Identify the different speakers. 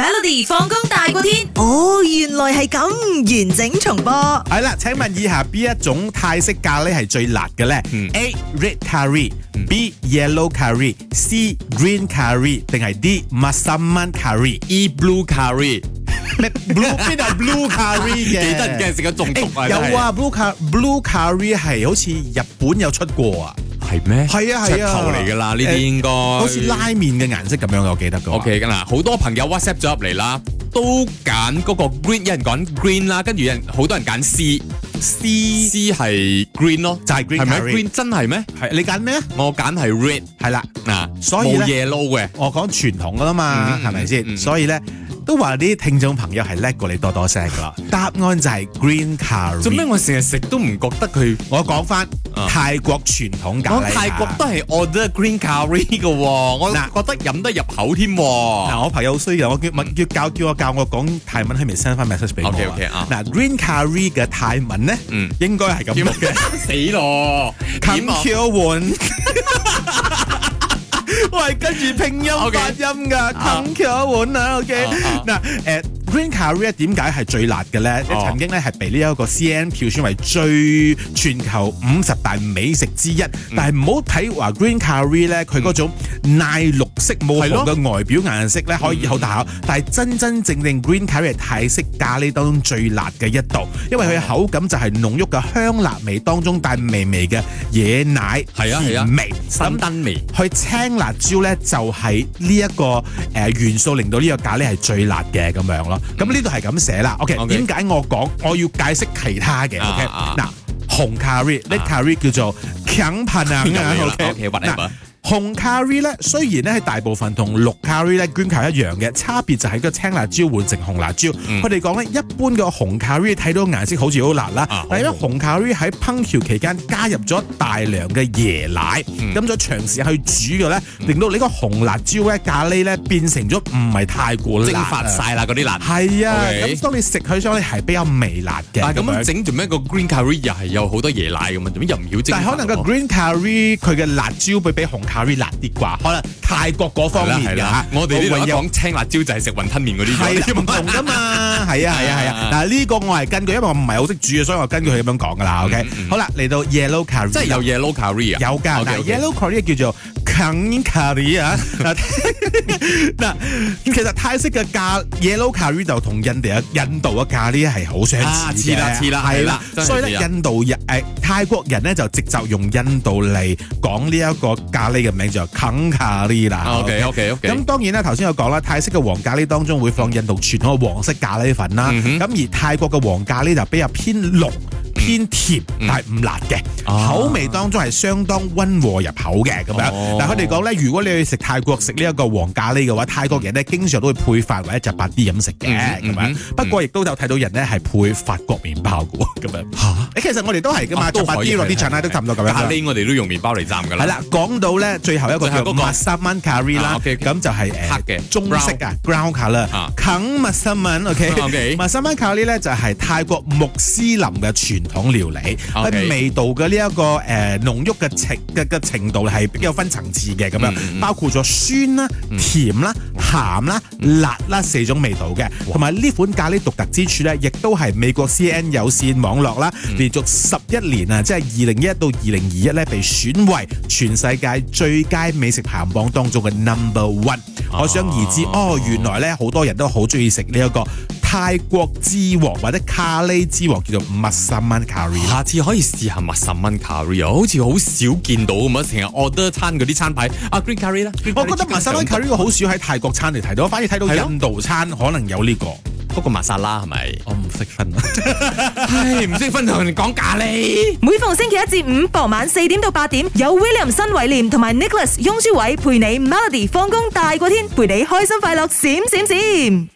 Speaker 1: Melody 放工大過天，
Speaker 2: 哦，原來係咁，完整重播。
Speaker 3: 係啦，請問以下邊一種泰式咖喱係最辣嘅呢
Speaker 4: 嗯
Speaker 3: a red curry，B yellow curry，C green curry，定係 D masaman curry？
Speaker 4: E blue curry，
Speaker 3: 咩 blue 邊度有 blue curry 嘅？
Speaker 4: 幾得人驚食咗中毒啊！
Speaker 3: 誒有啊，blue car blue curry 係好似日本有出過啊，
Speaker 4: 真係，係咩？
Speaker 3: 係啊係啊
Speaker 4: 噱頭嚟㗎啦，呢啲應該
Speaker 3: 好似拉麵嘅顏色咁樣嘅，我記得嘅。
Speaker 4: OK 㗎啦，好多朋友 WhatsApp 咗入嚟啦，都揀嗰個 green，有人講 green 啦，跟住有人好多人揀 C，C C 係 green 咯，
Speaker 3: 就係 green
Speaker 4: 係咪
Speaker 3: curry
Speaker 4: green 真係咩？
Speaker 3: 係你揀咩？
Speaker 4: 我揀係 red
Speaker 3: 係啦，
Speaker 4: 嗱，
Speaker 3: 所以
Speaker 4: 冇
Speaker 3: 咧
Speaker 4: yellow 嘅。
Speaker 3: 我講傳統㗎啦嘛，
Speaker 4: 嗯嗯
Speaker 3: 係咪
Speaker 4: 嗯嗯
Speaker 3: 先？所以咧都話啲聽眾朋友係叻過你多多聲㗎啦。答案就係 green curry。
Speaker 4: 做咩我成日食都唔覺得佢？
Speaker 3: 我講翻
Speaker 4: 啊
Speaker 3: 泰國傳統咖
Speaker 4: 我
Speaker 3: 喱。
Speaker 4: 泰國都係 order green curry 嘅喎，我
Speaker 3: 嗱
Speaker 4: 覺得飲得入口添喎。
Speaker 3: 嗱，我朋友好衰嘅，我叫問叫教叫我教我講泰文，佢咪 send 翻 message 俾我啊
Speaker 4: OK，OK，啊
Speaker 3: 嗱，green curry 嘅泰文咧
Speaker 4: 嗯，
Speaker 3: 應該係咁
Speaker 4: 點
Speaker 3: 樣
Speaker 4: 啊
Speaker 3: 嘅。
Speaker 4: 死咯！點啊
Speaker 3: c u r e 我係跟住拼音
Speaker 4: OK
Speaker 3: 發音㗎 c u r e 啊，OK
Speaker 4: 啊啊。
Speaker 3: 嗱，誒 green curry 點解係最辣嘅咧？
Speaker 4: 哦
Speaker 3: 曾經咧係被呢一個 CN 票選為最全球五十大美食之一，
Speaker 4: 嗯
Speaker 3: 但係唔好睇話 green curry 咧，佢嗰種奶綠色冇
Speaker 4: 係
Speaker 3: 紅
Speaker 4: 咯
Speaker 3: 嘅外表顏色咧，可以好大口，但係真真正正 green curry 係泰式咖喱當中最辣嘅一道，因為佢嘅口感就係濃郁嘅香辣味當中帶微微嘅椰奶
Speaker 4: 係啊係啊
Speaker 3: 甜味，
Speaker 4: 新燈味。
Speaker 3: 佢青辣椒咧就係呢一個誒、呃元素令到呢個咖喱係最辣嘅咁樣咯。咁呢度係咁寫啦。OK，
Speaker 4: OK
Speaker 3: 點解我講我要解釋其他嘅
Speaker 4: 啊
Speaker 3: ？OK，
Speaker 4: 啊
Speaker 3: 嗱，紅 curry、呢 curry 叫做 king p a n a
Speaker 4: 有味啦
Speaker 3: OK，
Speaker 4: OK，whatever
Speaker 3: 嗱紅 curry 咧，雖然咧係大部分同綠 curry 咧 green curry 一樣嘅，差別就係個青辣椒換成紅辣椒。
Speaker 4: 嗯
Speaker 3: 佢哋講咧，一般嘅紅 curry 睇到顏色好似好辣啦，
Speaker 4: 啊
Speaker 3: 但係因為
Speaker 4: 好
Speaker 3: 紅 curry 喺烹調期間加入咗大量嘅椰奶，
Speaker 4: 嗯
Speaker 3: 咁咗長時間去煮嘅咧，令到你個紅辣椒咧咖喱咧變成咗唔係太過
Speaker 4: 蒸
Speaker 3: 辣啊
Speaker 4: 發。晒啦嗰啲辣。
Speaker 3: 係啊，
Speaker 4: OK 啊
Speaker 3: 咁當你食起上嚟係比較微辣嘅。
Speaker 4: 但係咁
Speaker 3: 樣
Speaker 4: 樣整做咩個 green curry 又係有好多椰奶咁啊？做咩又唔要蒸
Speaker 3: 但
Speaker 4: 發
Speaker 3: 係可
Speaker 4: 喎？
Speaker 3: 能個 green curry 佢嘅辣椒會比紅 curry 辣啲啩，可能泰國嗰方
Speaker 4: 係啦
Speaker 3: 面
Speaker 4: 係
Speaker 3: 㗎
Speaker 4: 啦
Speaker 3: 嚇，
Speaker 4: 我哋呢
Speaker 3: 唯
Speaker 4: 度一
Speaker 3: 有
Speaker 4: 講青辣椒就係食雲吞麵嗰啲
Speaker 3: 係
Speaker 4: 嘢
Speaker 3: 啦 唔同噶嘛，係啊係啊係啊
Speaker 4: 啊。
Speaker 3: 嗱呢個我係根據，因為我唔係好識煮嘅，所以我根據佢咁樣講噶啦。OK，好
Speaker 4: 嗯
Speaker 3: 啦，嚟到 yellow curry，
Speaker 4: 即係有 yellow curry 啊，
Speaker 3: 有㗎，嗱
Speaker 4: OK，OK
Speaker 3: yellow curry 叫做 green curry 啊。 嗱嗱，其實泰式嘅咖 yellow curry 就同印地嘅印度嘅咖喱係好相
Speaker 4: 啊
Speaker 3: 似
Speaker 4: 似
Speaker 3: 嘅，
Speaker 4: 啦似啦
Speaker 3: 係
Speaker 4: 係
Speaker 3: 啦
Speaker 4: 啦。真係
Speaker 3: 所以咧
Speaker 4: 似啊
Speaker 3: 印度人誒泰國人咧就直接用印度嚟講呢一個咖喱嘅名就 green curry 啦。
Speaker 4: OK OK OK，
Speaker 3: 咁當然啦，頭先有講啦，泰式嘅黃咖喱當中會放印度傳統嘅黃色咖喱粉啦，
Speaker 4: 嗯哼
Speaker 3: 咁、而泰國嘅黃咖喱就比較偏濃。偏甜，
Speaker 4: 嗯
Speaker 3: 但係唔辣嘅，
Speaker 4: 啊
Speaker 3: 口味當中係相當温和入口嘅咁樣。
Speaker 4: 哦
Speaker 3: 但佢哋講咧，如果你去食泰國食呢一個黃咖喱嘅話，泰國人咧經常都會配飯或者就白啲咁食嘅
Speaker 4: 嗯
Speaker 3: 咁
Speaker 4: 嗯
Speaker 3: 樣
Speaker 4: 嗯。
Speaker 3: 不過亦都有睇到人咧係配法國麵包嘅喎咁 樣。誒，其實我哋都係噶嘛，
Speaker 4: 啊
Speaker 3: 就白啲落啲醬啦，都差唔多咁樣㗎。
Speaker 4: 咖喱我哋都用麵包嚟蘸㗎啦。
Speaker 3: 係啦，講到咧最後一個
Speaker 4: 最後
Speaker 3: 叫
Speaker 4: 嗰個
Speaker 3: Masaman Curry 啦
Speaker 4: 啊，，OK，OK
Speaker 3: 咁就係
Speaker 4: 黑
Speaker 3: 誒
Speaker 4: 嘅
Speaker 3: 中式啊 ground color，
Speaker 4: 啊
Speaker 3: 啃 Masaman，OK，
Speaker 4: OK
Speaker 3: Masaman Curry 咧就係泰國穆斯林嘅傳統料理，
Speaker 4: OK
Speaker 3: 佢味道嘅呢一個誒濃郁嘅程嘅嘅程度係比較分層次嘅咁
Speaker 4: 嗯
Speaker 3: 樣，
Speaker 4: 嗯
Speaker 3: 包括咗酸啦、甜啦、鹹啦、
Speaker 4: 嗯
Speaker 3: 辣啦四種味道嘅，同埋呢款咖喱獨特之處咧，亦都係美國 CN 有線網絡啦，
Speaker 4: 嗯
Speaker 3: 連續十一年啊，即係二零一一到二零二一咧，被選為全世界最佳美食排行榜當中嘅 number one。可
Speaker 4: 啊
Speaker 3: 想而知，哦，原來咧好多人都好中意食呢一個泰國之王或者咖喱之王，叫做 Masaman Curry 啦。
Speaker 4: 下次可以試下麥十蚊 curry 啊，好似好少見到咁樣，成日 order 餐嗰啲餐牌啊 green curry 啦。
Speaker 3: 我覺得 Masaman Curry 好少喺泰國餐嚟睇到，反而睇到
Speaker 4: 係咯
Speaker 3: 印度餐可能有呢個。
Speaker 4: 嗰個麥沙拉係咪？
Speaker 3: 我唔識分。啊
Speaker 4: 唉，唔識分同人講咖喱。
Speaker 1: 每逢星期一至五傍晚四點到八點，有 William 新偉廉同埋 Nicholas 雍舒偉陪你 Melody 放工大過天，陪你開心快樂閃閃閃。